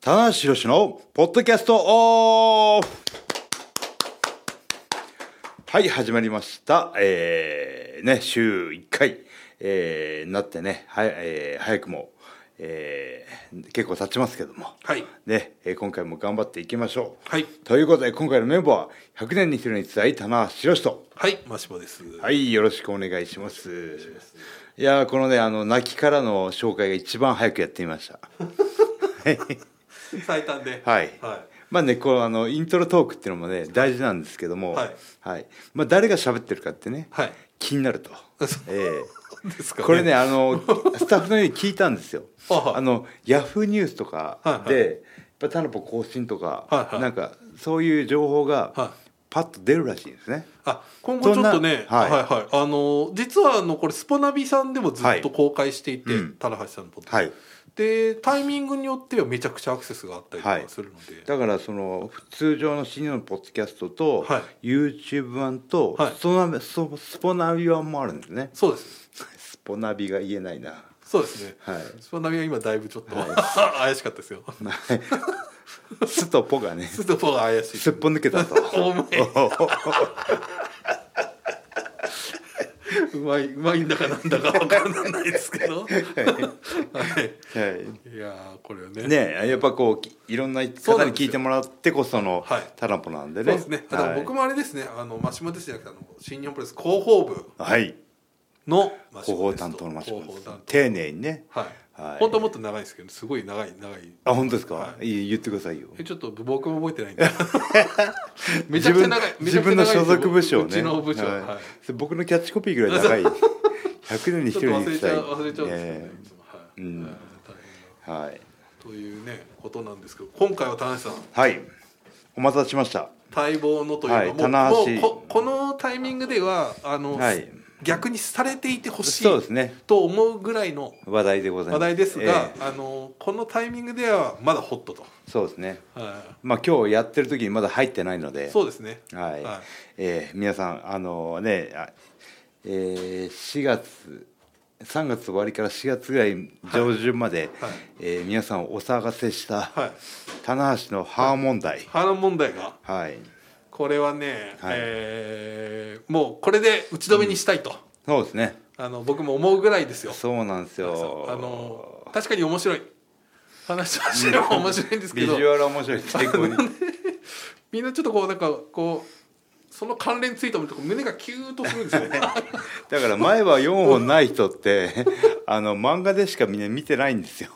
棚橋宏のポッドキャストオフはい始まりましたえー、ね週1回、えー、なってねは、えー、早くも、えー、結構経ちますけどもはいね、えー今回も頑張っていきましょう、はいということで今回のメンバーは100年に一人に伝え棚橋宏とはいマシモですはい、よろしくお願いします。いやー、このね、あの泣きからの紹介が一番早くやってみました。最短でははい。はまあね、このあのイントロトークっていうのもね、大事なんですけども。はいまあ、誰が喋ってるかってね、い、はい、気になると。そええうですか、これね、あ のスタッフのように聞いたんですよ。あはいあのヤフーニュースとかで、はいはやっぱタナポ更新とか、はいはいなんかそういう情報がはいパッと出るらしいんですね。あ今後ちょっとねそんなははいいはい、あの実はあのこれスポナビさんでもずっと公開していて、はいうん棚橋さんのポッド、はい。でタイミングによってはめちゃくちゃアクセスがあったりとはいかするので、だからその普通常の深夜のポッドキャストと、はい YouTube 版とはいスポナビ、スポスポナビ版もあるんですねそうですスポナビが言えないなそうですねはいスポナビは今だいぶちょっと、は 怪しかったですよはい スとポがねストポが怪しいすっぽ抜けた とお前うまいうまいんだかなんだかわからないですけどはいはいいやーこれはねねやっぱこうきいろんなそう方なんにです聞いよてもらってこそのはいタラポなんでそうねですね、あはのい、僕もあれですねあのマシモですじゃなくてあの新日本プロレス広報部はいのマシ広モ報です担当のマシモ広報担当丁寧にねはい、はい本当はもっと長いですけどすごい長い長いあ本当ですか、はいいい言ってくださいよえちょっと僕も覚えてないんでめちゃくちゃ長い自分自分の所属部署をねめちゃくちゃ長いですようちの部署はい、はいそれ僕のキャッチコピーぐらい長 い100年に一ちょっ人とに忘伝れえちゃう忘れちゃうんですよねえいつもはうい、んはいえ大はい、変なというねことなんですけど今回は田中さんはい、お待たせしました待望のというか、はいもう棚橋もうここのタイミングではあの、はい逆にされていてほしいそうですねと思うぐらいの話題でございます話題ですがえ、あのこのタイミングではまだホットと、えそうですねはまあ今日やってる時にまだ入ってないのいでそうですねはい、はいええ皆さんあのねあえー、4月3月終わりから4月ぐらい上旬まで、はいえー皆さんをお騒がせしたはい棚橋のハー問題波乱問題がはい、これはね、はいえーもうこれで打ち止めにしたいと、そうですねあの僕も思うぐらいですよそうなんですよあの確かに面白い話としては面白いんですけビジどュアルは面白い最高にみんなちょっとこうなんかこうその関連ツイートを見るとこう胸がキューッとするんです よね だから前は4本ない人って あの漫画でしかみんな見てないんですよ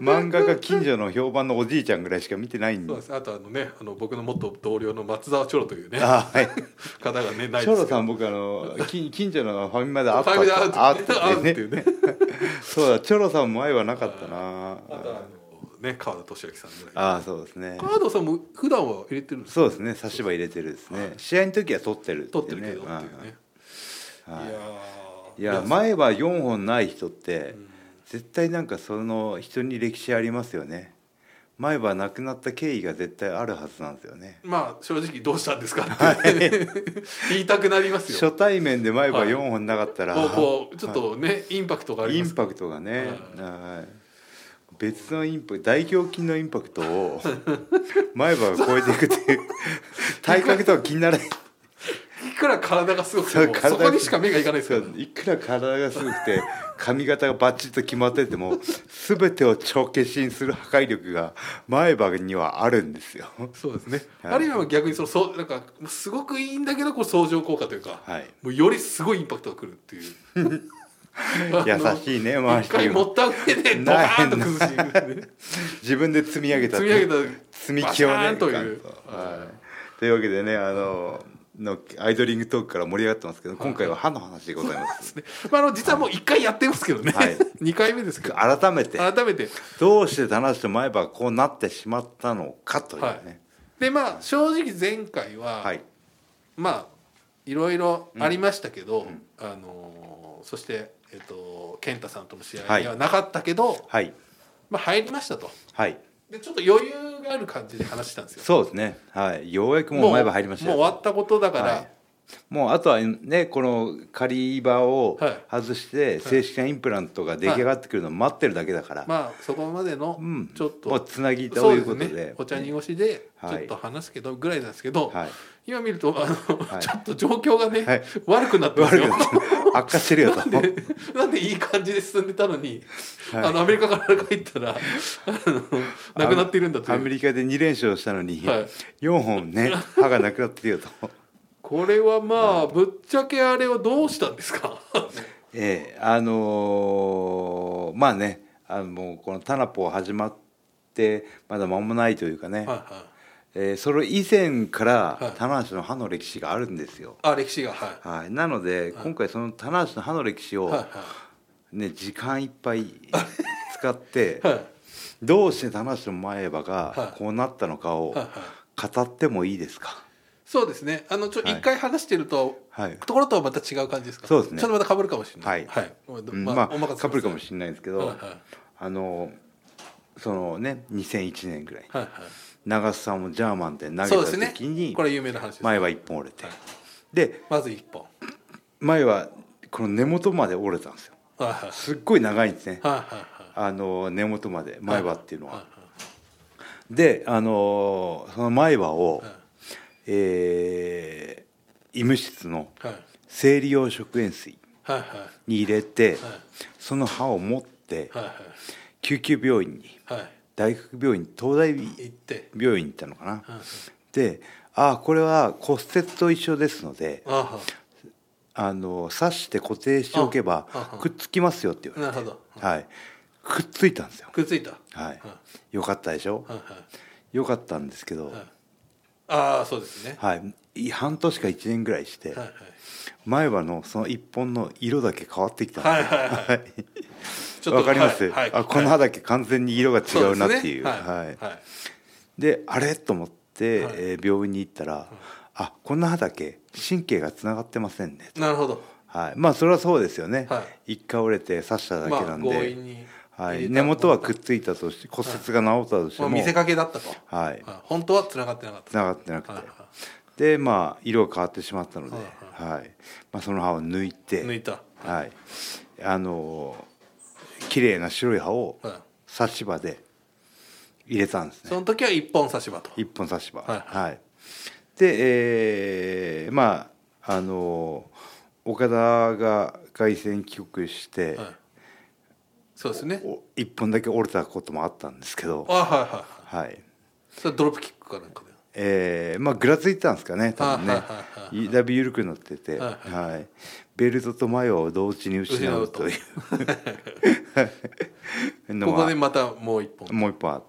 漫画が近所の評判のおじいちゃんぐらいしか見てないんそうでですあとあのねあの僕の元同僚の松沢チョロというねあはい方がねないチョロさん僕あの近近所のファミマで会っフたァイブで会う会っってた会うっってていねうねそうだチョロさん前はなかったなあとあのね川田俊明さんぐらいああそうですね川田さんも普段は入れてるんですかそうですね差し歯入れてるですね試合の時は取ってるって撮っいてうるねけどっていうねはいいいややー前は4本ない人ってん絶対なんかその人に歴史ありますよね前は亡くなった経緯が絶対あるはずなんですよねまあ正直どうしたんですかって 言いたくなりますよ初対面で前ははい4本なかったら、こうこうちょっとねインパクトがあイりまンすかパクトがね、ははい別のインパクト大胸筋のインパクトを 前歯が超えていく っていう体格とは気にならないらいくら体がすごくても体そこにしか目がいかないですそよういくら体がすごくて髪型がバッチリと決まってても全てを帳消しにする破壊力が前歯にはあるんですよそうですね、はいあるいは逆にそのそうなんかすごくいいんだけどこう相乗効果というか、はいもうよりすごいインパクトがくるっていう 優しいねあの周 一回り持もった上でドカーンと崩していく っていうね自分で積み上げた積み上げた積み木をバシャねーンというガンとはい、というわけでねあののアイドリングトークから盛り上がってますけど今回は歯の話でございますまあ、あの実はもう1回やってますけどね、 はい2回目ですけど改めて改めてどうして棚橋と前歯がこうなってしまったのかというねでまあ正直前回は、はいまあいろいろありましたけど、あのーそして、えっと、健太さんとの試合にはなかったけど、はいまあ、入りましたとはいでちょっと余裕がある感じで話したんですよそうですねはいようやくもう前歯入りましたもうもう終わったことだから、はいもうあとはねこの仮場をはい外して正式なインプラントが出来上がってくるのを待ってるだけだから、まあそこまでのうん、ちょっと、もうつなぎとそういでうこすとでねお茶に越しでちょっと話すけどぐらいなんですけど、はい、今見るとあの、はいちょっと状況がね、はい悪くなってます悪くよなってる悪化してるよとなんでなんでいい感じで進んでたのに、はいあのアメリカから帰ったらあの なくなっているんだとアいメうリカで2連勝したのに、はい4本ね歯がなくなってるよとこれはまあぶっちゃけあれはどうしたんですかええあのーまあねあのもうこのタナポ始まってまだ間もないというかね、 はいはいえーそれ以前からはい棚橋の歯の歴史があるんですよ。あ歴史がははい、なので、はい今回その棚橋の歯の歴史いを、はいね、時間いっぱ い使って、はいはいどうして棚橋の前歯はがいこうなったのかをはいはい語ってもいいですか。そうですねあのちょ一、はい回話してると、はいところとはまた違う感じですかそうですねちょっとまた被るかもしれなはいいはい、うんまお任せあしかぶるかもれしれないんですけはどいはいあのそのね2001年ぐらいはいは長瀬さんもジャーマンで投いげそうですたね時にこれ有名な話です前は1本折れてはいでまず一本前はこの根元まで折れたんですよはいはいすっごい長いんですねはいはいはいあの根元まで前歯っていうのは。はであのその前歯をい、えー医務室のはい生理用食塩水はいはいはいに入れてはいその歯を持ってはい救急病院にはいは大学病院東大い行って病院に行ったのかな。はいはいで「ああこれは骨折と一緒ですのであはあの刺して固定しておけばあああくっつきますよ」って言わなれるほどて、はい、くっついたんですよ。くっついたははいは、よかったでしょいはいよかったんですけどは、いああそうですねはい、い半年か1年ぐらいしてはいはい前歯のその一本の色だけ変わってきたんはいはいはいですよちょっはいとわかります、はいはいあこの歯だけ完全に色が違うなっていう。そですねははいいはいであれと思って、はいえー病院に行ったら「あこんな歯だけ神経がつながってませんね」なるほどはい、まあそれはそうですよね、は一回折れて刺しただけまなあん強で、引にはい、入れた根元はくっついたとして骨折が治ったとしてまあも、見せかけだったとはいあ本当は繋がってなかった繋がってなくて、はいでまあ色が変わってしまったので、はいはいまあ、その歯を抜いて抜いたはい、あのー綺麗な白い歯をはい差し歯で入れたんですねその時は一本差し歯と一本差し歯はいで、えーまああのー岡田が凱旋帰国して、はいそうですねお一本だけ折れたこともあったんですけどあ、はいはいはいはいそれドロップキックかなんかでえーまあぐらついてたんですかね多分ねはいはいはいいだいぶ緩くなってて、ははいベルトと前を同時に失うと いうのここはでまたもう一本もう一本あっ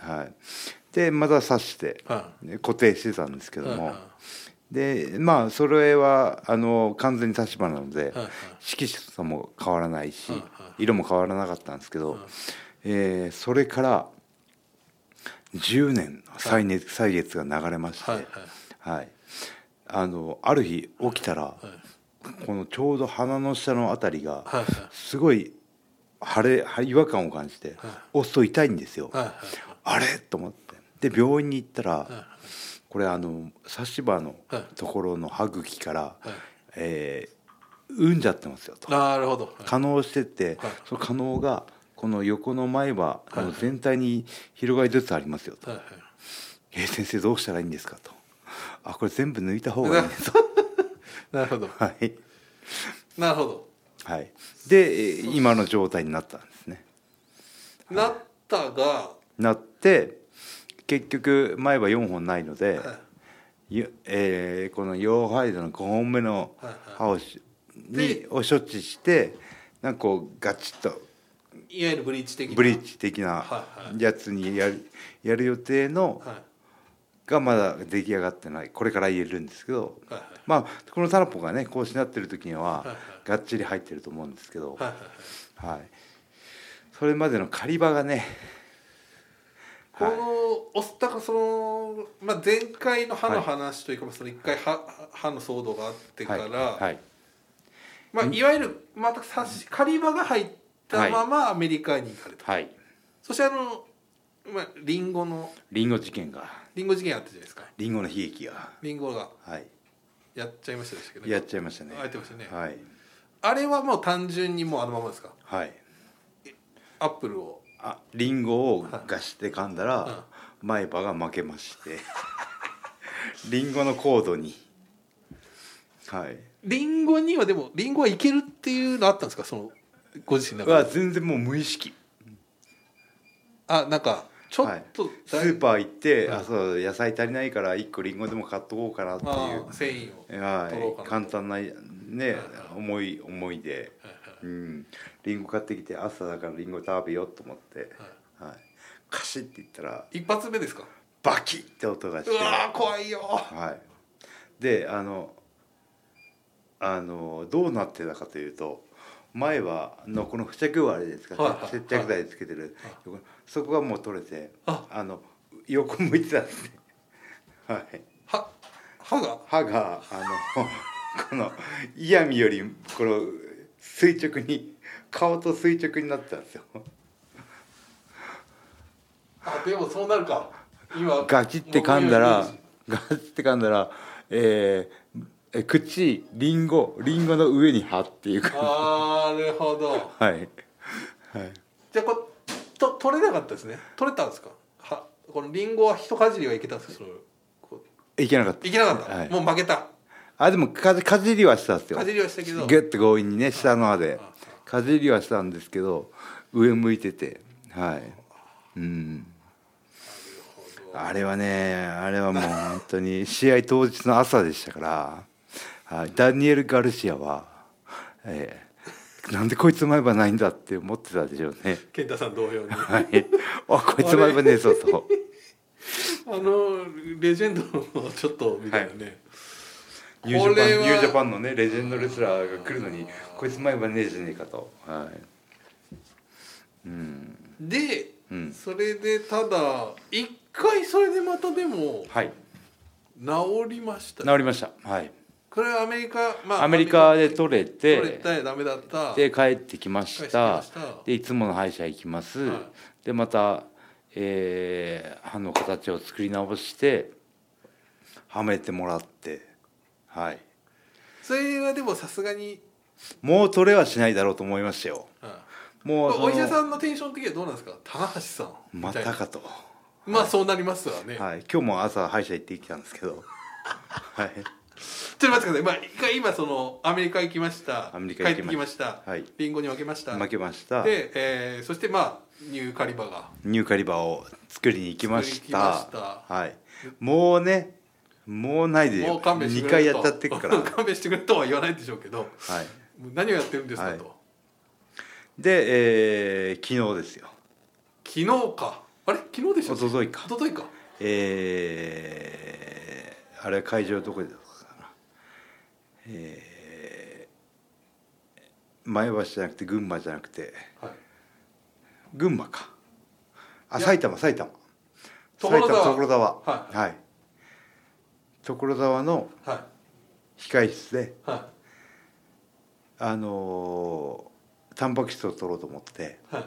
て、はいでまた刺して、はね固定してたんですけども、はいはでまあそれはあの完全に立場なので、はいはい色素も変わらないし、はいは色も変わらなかったんですけど、はいえーそれから10年の歳月,、歳月が流れまして、はいはいはいあのある日起きたら、このちょうど鼻の下のあたりが、はいはいすごい腫れ違和感を感じて、はい押すと痛いんですよ。はいはいあれと思ってで病院に行ったら、はいこれあの差し歯のはいところの歯茎から、いえー産んじゃってますよとなるほど可能してって、はいその可能がこの横の前歯の全体に広がりつつありますよとはいはい「えー先生どうしたらいいんですか?」と「あこれ全部抜いた方がいいね」と なるほどはい、なるほどはい、でえー今の状態になったんですね。なったがなって結局前歯4本ないので、ゆえーこのヨーハイドの5本目の歯をしにでを処置してなんかこうガチッといわゆるブリーチ的なブリーチ的なはいはいやつにやるやる予定のはいがまだ出来上がってないこれから入れるんですけどはいはいまあこのタラポがねこうしなってる時にはいはいがっちり入ってると思うんですけどはいはいはいはいそれまでの狩り場がねこのおすだからそのまあ前回の歯の話というかまあその一回歯歯の騒動があってかはいらはいまあいわゆるまた差し狩り場が入ったままアメリカに行かれたはいそしてあのまあリンゴのリンゴ事件がリンゴ事件あったじゃないですかリンゴの悲劇がリンゴがはいやっちゃいましたでしたけどやっちゃいましたねあやってましたねはいあれはもう単純にもうあのままですかはいアップルをあリンゴをがして噛んだら前歯が負けまして リンゴのコードにはいリンゴにはでもリンゴはいけるっていうのあったんですかそのご自身の中はで全然もう無意識あなんかちょっとスだいーパー行って、うんあそう野菜足りないから1個リンゴでも買っとこうかなっていあうー繊維を取ろはうかい、な簡単なねう思い思いで、うん、リンゴ買ってきて朝だからリンゴ食べようと思って、はい、カシッて言ったら一発目ですかバキッて音がしてうわー怖いよはい、であのあのどうなってたかというと前はのこの付着はあれですか、はいはい接着剤つけてる、はい横そこがもう取れてあの横向いてたんですね。 はいは歯が歯があの この嫌味よりこの垂直に顔と垂直になってたんですよあでもそうなるか今ガチって噛んだらもうガチって噛んだらえーえ口リンゴリンゴの上に歯っていうかあーなるほどはいはいじゃあこれと取れなかったですね取れたんですかはこのリンゴは一かじりはいけたんですかそのこいけなかっうたいけなかった、はいもう負けたあでもかじかじりはしたんですよかじりはしたけどグッと強引にね下の歯であかじりはしたんですけど上向いててはいうんあれはねあれはもう本当に試合当日の朝でしたから、はい、ダニエル・ガルシアは、ええなんでこいつ前歯ないんだって思ってたでしょうね。健太さん同 様にあはい、あこいつ前歯ねえぞと。のレジェンドのちょっとみたいなね、ニュージャパンこれはニュージャパンのねレジェンドレスラーが来るのにこいつ前歯ねえじゃねえかと。はい、うんで、うんそれでただ一回それでまたでもはい治りましたね治りました。はい、これはアメリカまアメリカで取れ取てれてダメだったで帰ってきました帰ってきましたでいつもの歯医者行きます、はいでまた、えー歯の形を作り直してはめてもらってはいそれはでもさすがに、もう取れはしないだろうと思いましたようんもうそのお医者さんのテンション的にはどうなんですか棚橋さんみまたいなたかと、まあそうなりますわね、はい、今日も朝歯医者行ってきたんですけど はいちょっと待ってください、まあ、一回今そのアメリカ行きましたアメリカ行帰きってましたきました、はいリンゴに分けました負けましたで、えーそしてまあニューカリバがニューカリバーを作りに行きました作りに行きまはい、もうねもうないでもう勘弁して2く回れやとっちゃってるから 勘弁してくれとは言わないでしょうけどはいもう何をやってるんですかと、で、えー昨日ですよ昨日かあれ昨日でしょ一昨日か一昨日かえーあれ会場どこでだったかなえー前橋じゃなくて群馬じゃなくてはい群馬かあいや埼玉埼玉所埼沢玉所沢ははい、所沢のは控室でいはあのータンパク質を取ろうと思っていはい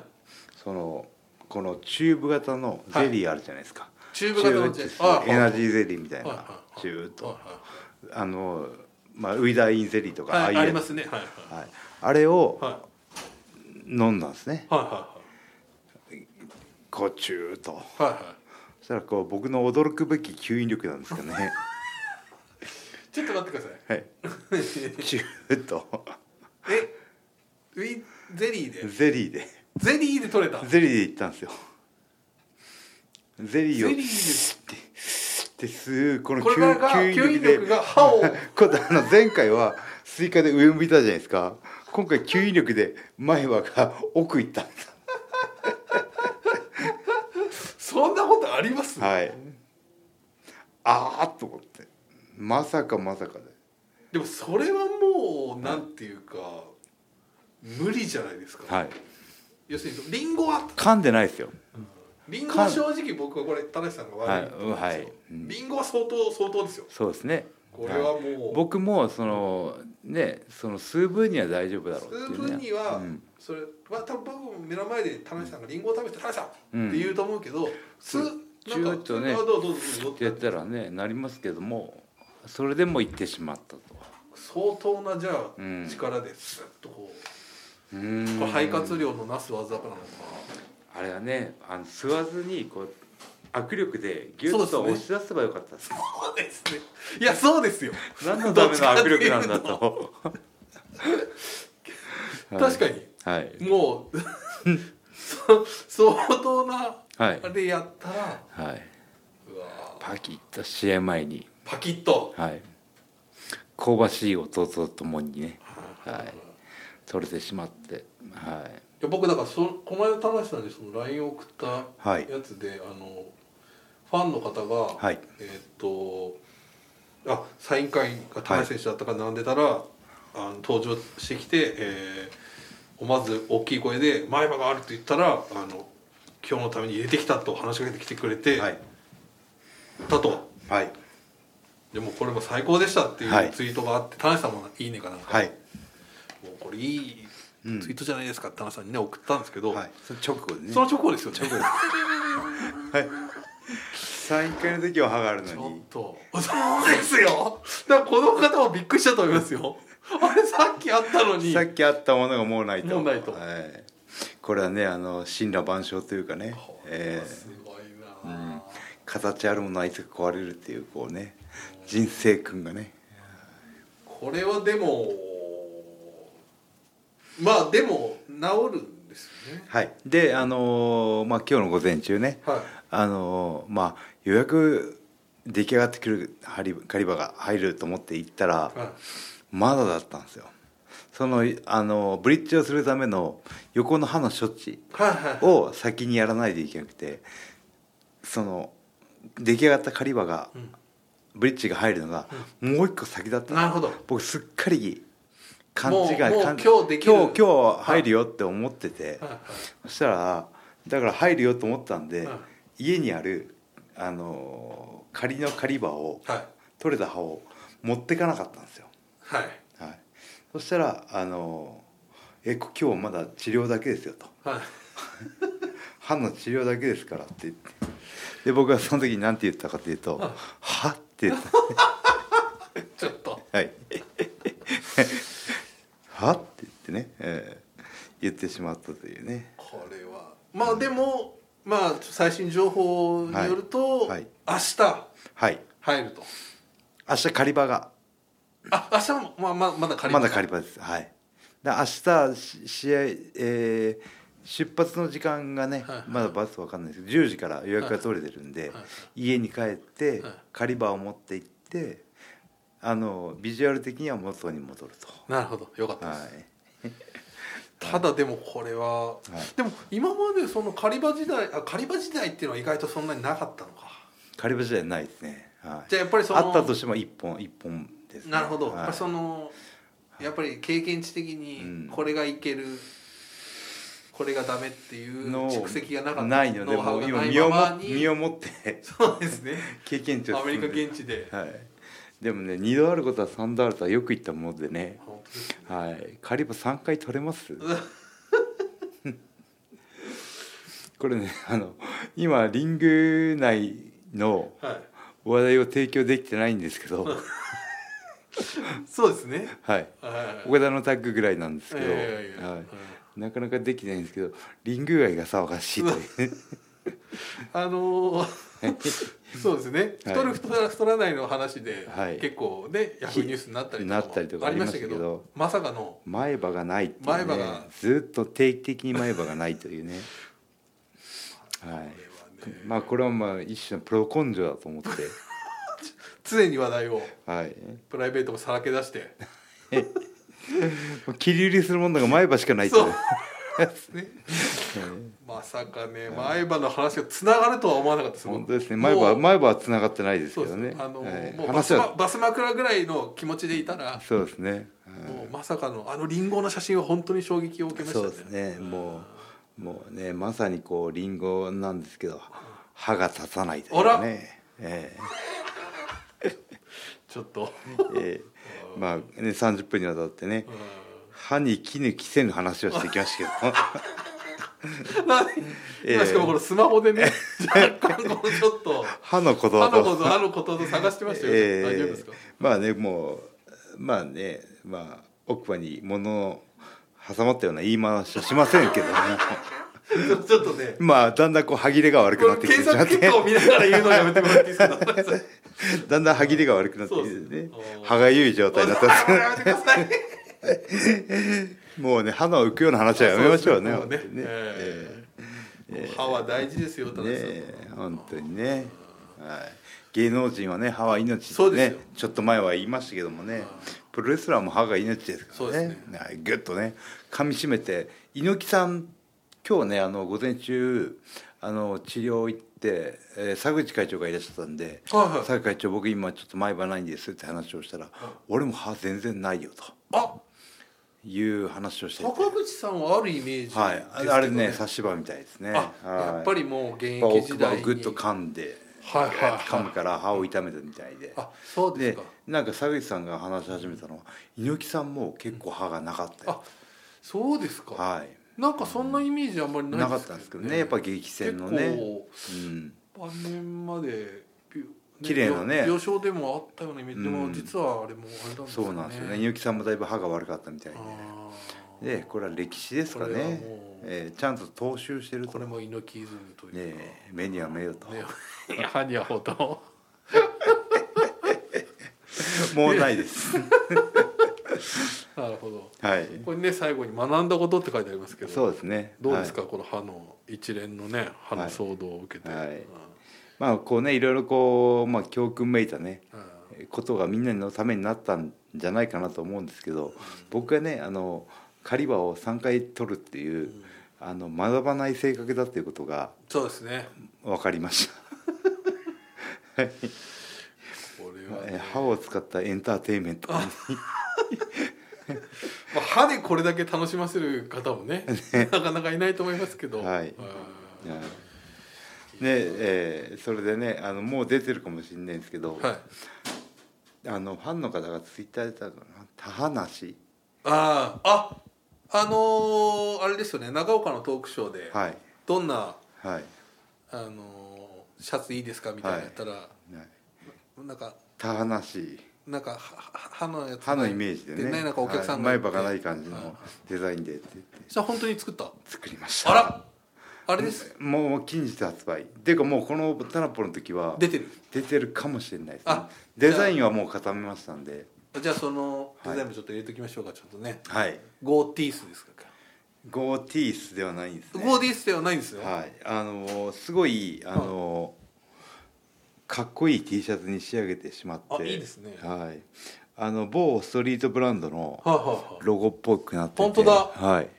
そのこのチューブ型のゼリーあるじゃないですか、チューブ型のチューブってあエナジーーゼリーみたいはいなはいチューブとはいはあの、まあ、ウイダーインゼリーとかいはいいうあやつりますねはいははい、あれをいはい飲んだんですねはいはこうチューといはいはいそしたらこう僕の驚くべき吸引力なんですけど ねちょっと待ってくださいは いチューとえウィゼリーでゼリーでゼリーで取 れたゼリーでいったんですよゼリーをゼリーでスッてスッて吸うこのこれからが吸引力が歯をこあの前回はスイカで上向いたじゃないですか今回吸引力で前歯が奥行ったんですそんなことありますはいああと思ってまさかまさかででもそれはもうなんていうか無理じゃないですかはい要するにリンゴは噛んでないですよリンゴは正直僕はこれ田中さんが悪いと思うんですよはいはいうんリンゴは相当相当ですよそうですねこれはもう、僕もそのねその数分には大丈夫だろうっていう数ね分には、うんそれは多分僕も目の前で田中さんがリンゴを食べて「田中さん!うん」って言うと思うけど、すちなんゅっかとねそれはどうぞどうぞどうぞってやったらねなりますけどもそれでも行ってしまったと相当なじゃあうん力ですっとこうう、ーんこれ肺活量のなす技なのかあれはねあの吸わずにこう握力でギュッとそうで押すし出せばよかったですそうですねいやそうですよ何のための握力なんだと確かに はいもう そ相当なはいあれやったら、はい、うわパキッと試合前に、パキッとはい、香ばしい音とともにね、はい、取れてしまって、はいや僕だからそこの間田無さんにその LINE を送ったはいやつで、あのファンの方が、はいえーっとあサイン会が田無選手だったから並んでたら、あの登場してきて、えー、まず大きい声で「前歯がある」と言ったらあの「今日のために入れてきた」と話しかけてきてくれて、い、はい、だと。はい、でもこれも最高でしたっていはいうツイートがあって、田無さんもいいねかなんか、はい、もうこれいいうんツイートじゃないですかって田無さんにね送ったんですけど、はい、その直後でねそ、の直後ですよねサイン会の時は歯があるちのょっに、とそうですよだからこの方もびっくりしたと思いますよあれさっきあったのにさっきあったものがもうないと、もうないとはい、これはね、あの神羅万象というかねこ、れえはーすごいなうあ、ん形あるものはいつか壊れるっていうこうね、人生君がね、これはでもまあでも治るんですよねはい、で、あのーまあ今日の午前中ね、はいあのまあ予約出来上がってくるハリカリバが入ると思って行ったらはいまだだったんですよそのあのブリッジをするための横の歯の処置はいはいを先にやらないといけなくてその出来上がったカリバがうんブリッジが入るのがもう一個先だったなるほど僕すっかり勘違いもうもう勘違い今日できる今日今日入るよって思ってて、はいはいそしたらだから入るよと思ったんで、うん家にあるあのー仮の狩り場をはい取れた歯を持ってかなかったんですよ、はいはい、そしたらあのーえこ今日はまだ治療だけですよ」とはい「歯の治療だけですから」って言ってで僕はその時に何て言ったかというとう「んは」って言ったちょっとはい。 はって言ってね、えー言ってしまったというね。これはまあでも、まあ最新情報によるはと、いはい明日はい。入ると明日狩り場があ明日もまあまあまだ仮まだ狩り場です。はい。だ明日し試合、えー出発の時間がね、はいまだバスわかんないですけど10時から予約が取れてるんで、いはい家に帰って、はい狩り場を持って行ってあのビジュアル的には元に戻ると。なるほどよかったではす、い、ただでもこれは、でも今までその狩場時代あ狩場時代っていうのは意外とそんなになかったのか狩り場じゃないですね。はい、じゃあやっぱりそのあったとしても一本一本です、ね。なるほど、はいやっぱりそのやっぱり経験値的うんにこれがいける、これがダメっていうの蓄積がなかったないのでノウハもウう今がない身をまもまに身をもって そうですね経験値をアメ積リんでカ現地ではいでもね2度あることは3度あるとはよく言ったものでね本当ですねはいカリバ3回取れます これねあの今リング内のはい話題を提供できてないんですけど そうですね。はいはい。岡田のタッグぐらいなんですけいやいやいどやははいいなかなかできてないんですけどリング外が騒がしいというあのー そうですね。はい太る太ら太らないの話で、はい結構ねヤフーニュースになったりなったりとかありましたけありましたど、まさかの前歯がないっていう、ね、前歯がずっと定期的に前歯がないというねはいこれはねまあこれはまあ一種のプロ根性だと思って常に話題をはいプライベートもさらけ出 して、もう切り売りするものが前歯しかないとそうね、 まさかね前歯の話がつながるとは思わなかったです。本当ですねも前う歯前歯は繋がってないですそけうどですねね。あのはいー、もうバ話スマはバス枕ぐらいの気持ちでいたら、そうですね、もうまさかのあのリンゴの写真は本当に衝撃を受けうんましたそね。うですねもうもうねまさにこうリンゴなんですけど歯が立たないというかねええちょっと。 ええまあね30分にわたってね歯に衣着せぬ話をしてきましたけどええ今しかもこのスマホでね若干このちょっと歯のことあだのとことあのことと探してましたよ、ええ大丈夫ですか まあねもうまあねまあ奥歯に物を挟まったような言い回しはしませんけ どねちょっとねまあだんだんこう歯切れが悪こくなっのてきて検しま索って結果を見ながら言うのやめてもらっていいですか だんだん歯切れが悪くなってきてそうでねすね歯がゆい状態になってますもうやめてくださいもうね歯の浮くような話はやめましょうね そ本当ですにねねええ歯は大事ですよ、田ね中さん。え本当にね、はい、芸能人はね歯は命そっうてですねよちょっと前は言いましたけどもねプロレスラーも歯が命ですかそうらですねはい、ギュッとね噛みしめて猪木さん今日ねあの午前中あの治療行って、えー佐口会長がいらっしゃったんで「はいはい佐口会長僕今ちょっと前歯ないんです」って話をしたら「俺も歯全然ないよ」とあ、いう話をしてて坂口さんはあるイメージですけどはい、あれね差し歯みたいですねあ、やっぱりりもう現やっぱ役奥時歯代をにグッと噛んではいはいはい噛むから歯を痛めたみたいであ、そうですでか。なんか佐口さんが話し始めたのは猪木さんも結構歯がなかったあよ、そうですか。はいなんかそんなイメージあんまりないなかったんですけどねやっぱ激戦の結ね、構うん、晩年までびゅね綺麗なね病床でもあったようなイメージでもうん実はあれもあれなんですよね。そうなんですよね猪木さんもだいぶ歯が悪かったみたいあー。ででこれは歴史ですかこれはねもう、えーちゃんと踏襲してることれねも猪木イズムというか。え目には目よと、ね、 ハニヤほど。もうないです なるほど。はいこれね最後に学んだことって書いてありますけど。そうですねどうですはか、この歯の一連のね歯の騒動を受けて。はいはいうんいまあこうねいろいろこう、まあ、教訓めいたねうんことがみんなのためになったんじゃないかなと思うんですけど僕がねあの狩り場を3回取るっていう、あの学ばない性格だっていうことがそうですね。分かりましたこれは、えね。歯を使ったエンターテインメン トまあ、歯でこれだけ楽しませる方もね、なかなかいないと思いますけど。はいうんはいねえーそれでねあのもう出てるかもしれないんですけど、はい。あのファンの方がツイッターでたかな「田話ああ、あ。あのーあれですよね長岡のトークショーで、はいどんな、はいあのーシャツいいですかみたいなのやったら、はいなんか「田話なんかはは歯のやつ歯のイメージでねないなんかお客さんはいがいて、前歯がない感じはいのデザインで」って言ってじゃあ本当に作った作りましたあらあれですもう近日発売っていうかもうこのタナポの時は出てる出てるかもしれないですねあデザインはもう固めましたんでじゃあそのはいデザインもちょっと入れときましょうかちょっとねはいゴーティースですかゴーティースではないんですねゴーティースではないんですよはいあのすごいあのかっこいい T シャツに仕上げてしまってあいいですねはいあの某ストリートブランドのはいはいはいロゴっぽくなってて本当だはい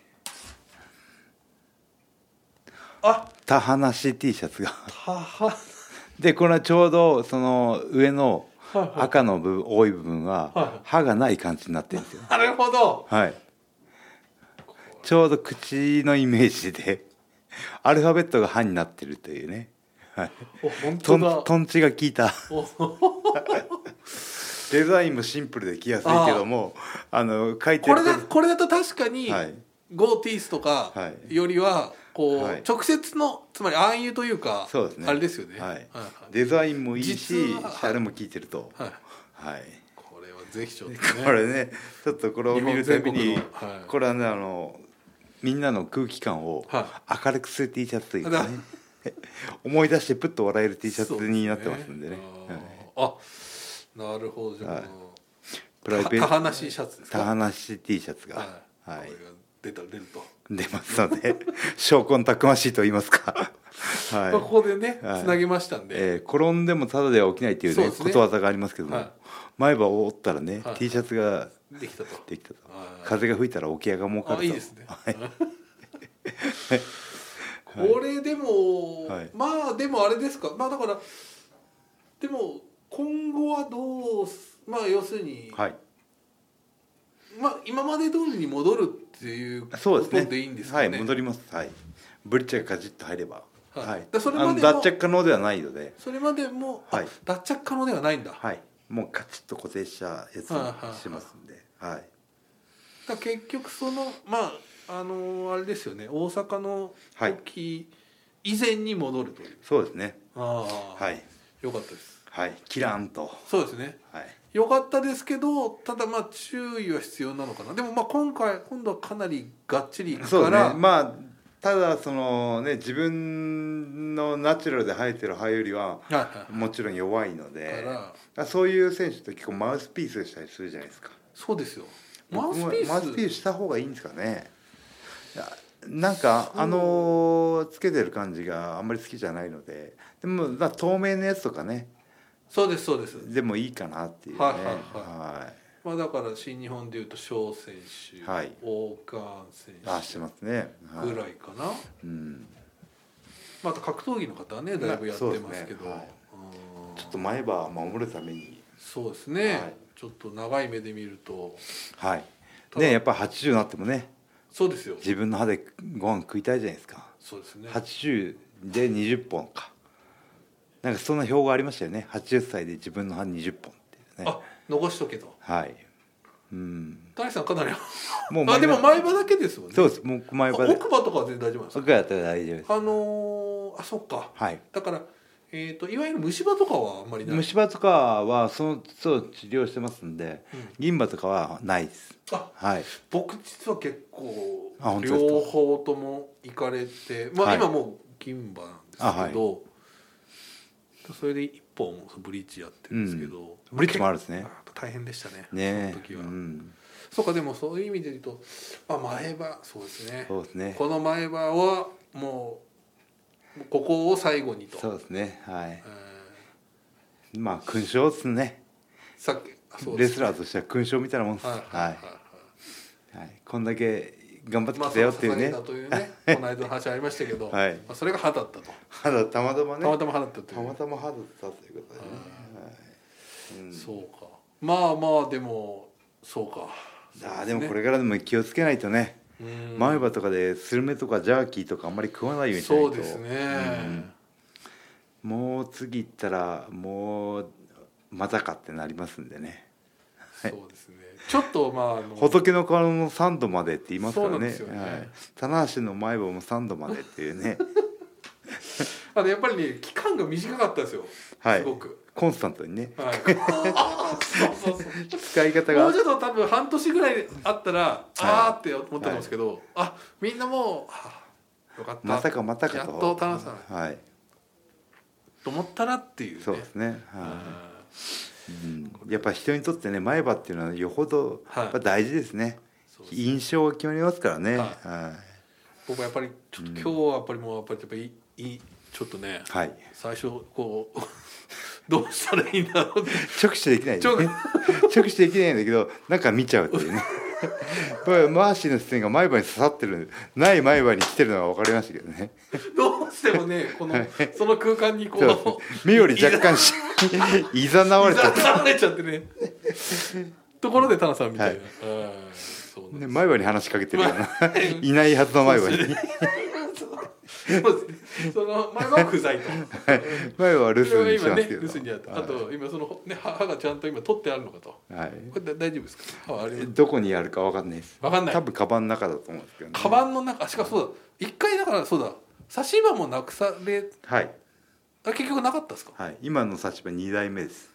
あ田花し T シャツがはは でこれはちょうどその上のはいはい赤の部分多い部分はいはいは歯がない感じになってるんですよなるほどはいちょうど口のイメージで アルファベットが歯になってるというね、はい、お本と当だんとんちが効いたお デザインもシンプルで着やすいけどもあの書いてこるれだこれだと確かにはいゴーティースとかはいよりはこはいう直接のつまり暗喩というかそうですねあれですよねはいはいデザインもいいし実ははいあれも効いてるとはいはいこれはぜひちょっとねこれねちょっとこれを見るたび日に本全国のはいこれはねあのみんなの空気感をは明るくする T シャツというかね 思い出してプッと笑える T シャツになってますん でねそうはいすねあーあなるほどじゃあ、はいププラライイベベーートトタハナシシャツです田か話 T シャツが、はい、はいこれが出たら出ると、出ますので 証拠のたくましいと言います か、はいまあ、ここでねつはいなぎましたんで、えー転んでもただでは起きないっていう,、そうねですねことわざがありますけども、はい前歯を折ったらね、はい T シャツができたとできたとはい風が吹いたら起き上が儲かるあといいですね、 これでも、はいまあでもあれですかまあだからでも今後はどうすまあ要するに、はいまあ今まで通りに戻るっていうこそうとですねでいいんですかはねい戻りますはいブリッジがガチッと入ればはいはだかいらそれまであのも脱着可能ではないのでそれまでも、あはい脱着可能ではないんだ、はいもうカチッと固定したやつにしますんではいだから結局そのまああのあれですよね大阪のはい時以前に戻るという、そうですねああ、はいよかったですはいキランとそうですねはいよかったですけどただまあ注意は必要なのかなでもまあ今回今度はかなりがっちりいくそうかねら、まあただそのね自分のナチュラルで生えてる歯よりははいはいもちろん弱いのでだからあそういう選手って結構マウスピースしたりするじゃないですかそうですよマウスピースマウスピースした方がいいんですかねいやなんかそうあのつけてる感じがあんまり好きじゃないのででもまあ透明のやつとかねそうですそうですでもいいかなっていうねはいはいはまあだから新日本でいうと翔選手、はい王冠選いあして手ますねはぐらいかな、うんまた格闘技の方はねだいぶやってますけど、まあうんちょっと前歯守るためにそうですね、はいちょっと長い目で見るとはいただねやっぱ80になってもねそうですよ自分の歯でご飯食いたいじゃないですかそうですね80で20本かなんかそんな表がありましたよね80歳で自分の歯20本っていうねあ残しとけとはいうん谷さんかなりもあでも前歯歯だけですもんねそうですもう前あ歯で奥歯とかは全然大丈夫なんですか僕やったら大丈夫ですあのーあそっかはいだからえっ、といわゆる虫歯とかはあんまりない虫歯とかはそのそう治療してますんでうん銀歯とかはないですあはい僕実は結構あ本当ですか両方とも行かれてまあ、はい今もう銀歯なんですけど、あはいそれで一本ブリーチやってるんですけど、ブリッジもあるるんですね大変でしたねねその時えうは、んそうかでもそういう意味で言うと、まあ、前歯そうですねそうですねこの前歯はもうここを最後にと、そうですねはえいーまあ勲章ですねさっきあそうでレすスラーとしては勲章みたいなもんですはいはいははいいはいはい、こんだけ頑張ってまあ、きたよそのってい捧うげねた。とい うね、この間の話ありましたけど、はいまあ、それが歯だったと、ただたまたまね。たまたま歯だったといたうまたまハードだったということでね。はいうんそうかまあまあでもそうかああでもこれからでも気をつけないとね。前前歯とかでスルメとかジャーキーとかあんまり食わないようにしないと。そうですね、うんもう次行ったらもうまたかってなりますんでね。そうですねちょっとまああの仏の顔の三度までって言いますからそうなんね。ですよねはい。棚橋の前歯も三度までっていう ね。あのやっぱりね期間が短かったですよ、はいすごく、コンスタントにね はい、ああそうそうそう使い方が。もうちょっと多分半年ぐらいあったら、あーって思ったんですけど、あみんなもうあよかったまさかまたかと。やっと田中さんはい。と思ったらっていうねそうですね。はあーい。うんやっぱ人にとってね、前歯っていうのはよほど、はいやっぱ大事ですね。そうです印象を決まりますからね。はは僕はやっぱりちょっと今日はやっぱりもうやっぱりやっぱりいいちょっとねい。はい。最初こう どうしたらいいんだろうって直視できない、ね。ちょ直視できないんだけど、なんか見ちゃうって いうね。これマーシーの視線が前歯に刺さってる、ない前歯に来てるのが分かりましたけどね。どうしてもねこのその空間にこそうですねう目より若干し、いざなわれちゃっいざ流れちゃってねところでタナさんみたいな、うんそうた。なんね、です前歯に話しかけてるような。まあ いないはずの前歯に。そうですねその前は不在と前歯は留そ守れはにし今ますねけど。留守にあった、あはと今その、ね、歯歯がちゃんと今取ってあるのかとい。はいこれだ大丈夫ですか歯あれどこにあるかわかんないです。わかんない多分カバンの中だと思うんですけどね。カバンの中あしかもそうだ一回だからそうだ差し歯もなくされはいあ結局なかったですかはい。今の差し歯二代目です。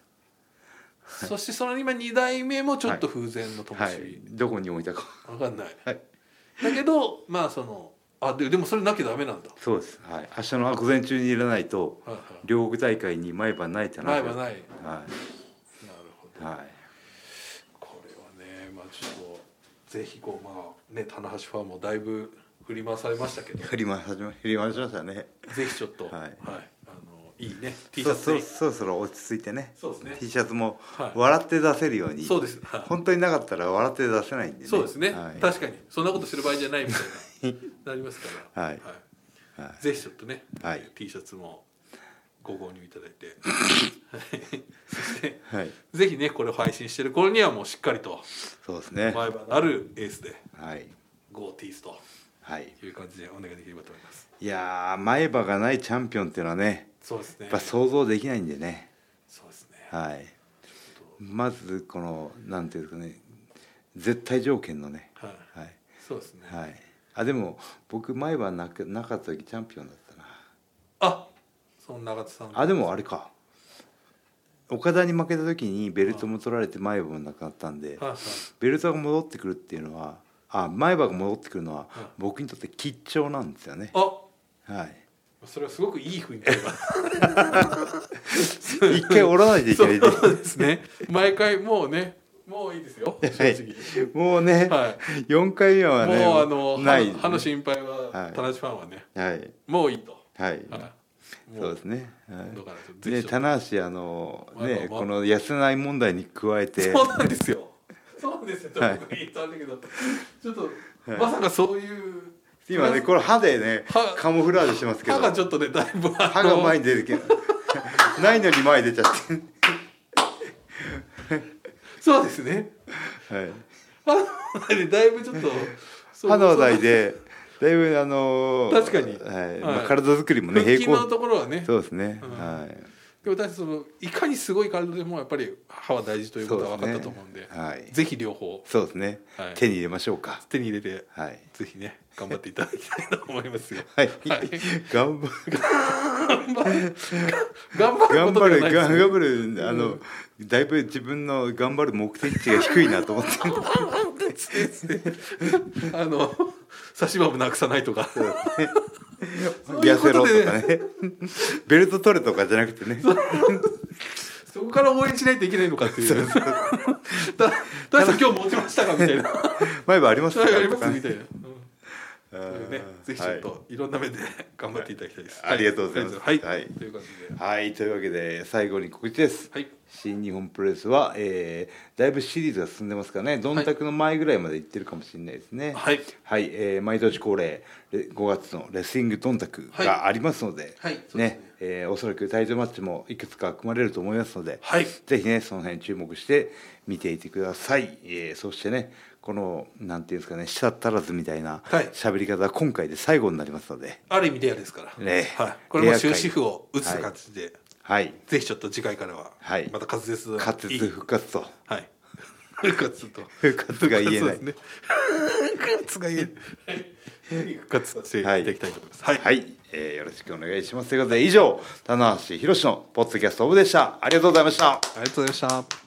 そしてその今2代目もちょっと風前の灯は火、い。どこに置いたか。分かんない、はいだけどまあそのあででもそれなきゃダメなんだ、そうです。はい。明日の午前中に入れないとはいは両国大会に前歯ないってい、な前る。はないなるはほいどはこれはねまあちょっとぜひこうまあね棚橋ファンもだいぶ振り回されましたけど い。振り回しま振り回しましたね。ぜひちょっとはいあのいいね T シャツそでうそうそろそろ落ち着いてね。そうですね T シャツもはい笑って出せるように。そうです、はい本当になかったら笑って出せないんでね。そうですね、はい確かにそんなことする場合じゃないみたいななりますから、はいはいぜひちょっとね、はいえー T シャツもご購入いただいてはいそしてはい。ぜひねこれを配信してる頃にはもうしっか りとそうですね。は前歯のあるエースでい GO ティースとはい。いう感じでお願いできればと思いますいやー前歯がないチャンピオンっていうのはねそうですねやっぱ想像できないんでね、そうですねはい、まずこのなんていうんですかね絶対条件のね、はいはいそうですね、はい、あでも僕前歯なくなかった時チャンピオンだったなあその永田さんあでもあれか岡田に負けた時にベルトも取られて前歯もなくなったんではいはいベルトが戻ってくるっていうのはあ前歯が戻ってくるのは僕にとって吉兆なんですよねあ はいそれはすごくいい雰囲気だ一回折らないといけないでそうですね毎回もうねもういいですよ正直 もうね、は四回目はねもうあのない歯の歯のですね心配ははい田中ファンはねはいもういいとはいはいもそううですね、はいだからぜでひちょっ棚橋あのまあまあねこの痩せない問題に加えとてそうなんですよそうなんですよはい僕言ったんだけどちょっとはいまさかそういう今ねこれ歯でね歯カモフラージュしてますけど歯がちょっとねだいぶあの歯が前に出てけないのに前に出ちゃっそうですね て、はい、歯の前でだいぶちょっとそう歯の話題でだいぶあのー確かにはいはいまあ、体作りもね腹並筋の行ところはねそうですね、うんはいでも私そのいかにすごい体でもやっぱり歯は大事ということは分かったと思うんではいぜひ両方そうですね、はい手に入れましょうか手に入れてはいぜひね頑張っていただきたいと思い ますよはい、はい頑 張る頑張る頑頑張るこ張とでるはないですよ頑張るあの、だいぶ自分の頑張る目的値が低いなと思ってあの差し歯もなくさないとかそういう痩こせろととでかねベルト取れとかじゃなくてねそこから応援しないといけないのかっていうた大した今日持ちましたかみた いな前歯ありますそういうのありかとまかすみねたいな、うんあといーうねぜひちょっはいといろんな面で頑張っていただきたいです、はいありがとうございますはい、はいという感じではい、というわけで最後に告知です。はい新日本プロレスは、えーだいぶシリーズが進んでますからね、どんたくの前ぐらいまで行ってるかもしれないですね。はいはい、えー毎年恒例れ5月のレスリングどんたくがありますので、はいはいそうですねねえーおそらくタイトルマッチもいくつか組まれると思いますので、はいぜひねその辺注目して見ていてください、えーそしてねこのなんていうんですかね舌足らずみたいなはい喋り方は今回で最後になりますので、ある意味レアですから、ねはい、これもレア終回止符を打つ形で、はい、ぜひちょっと次回からは、はいまた滑舌の滑い舌い復活と。はい 復活と復活が言えない復活ですね 復活が言えない 復活させていただきたいと思いますはい、はい、えーよろしくお願いします。ということで以上、棚橋弘至のポッドキャストオブでした。ありがとうございました。ありがとうございました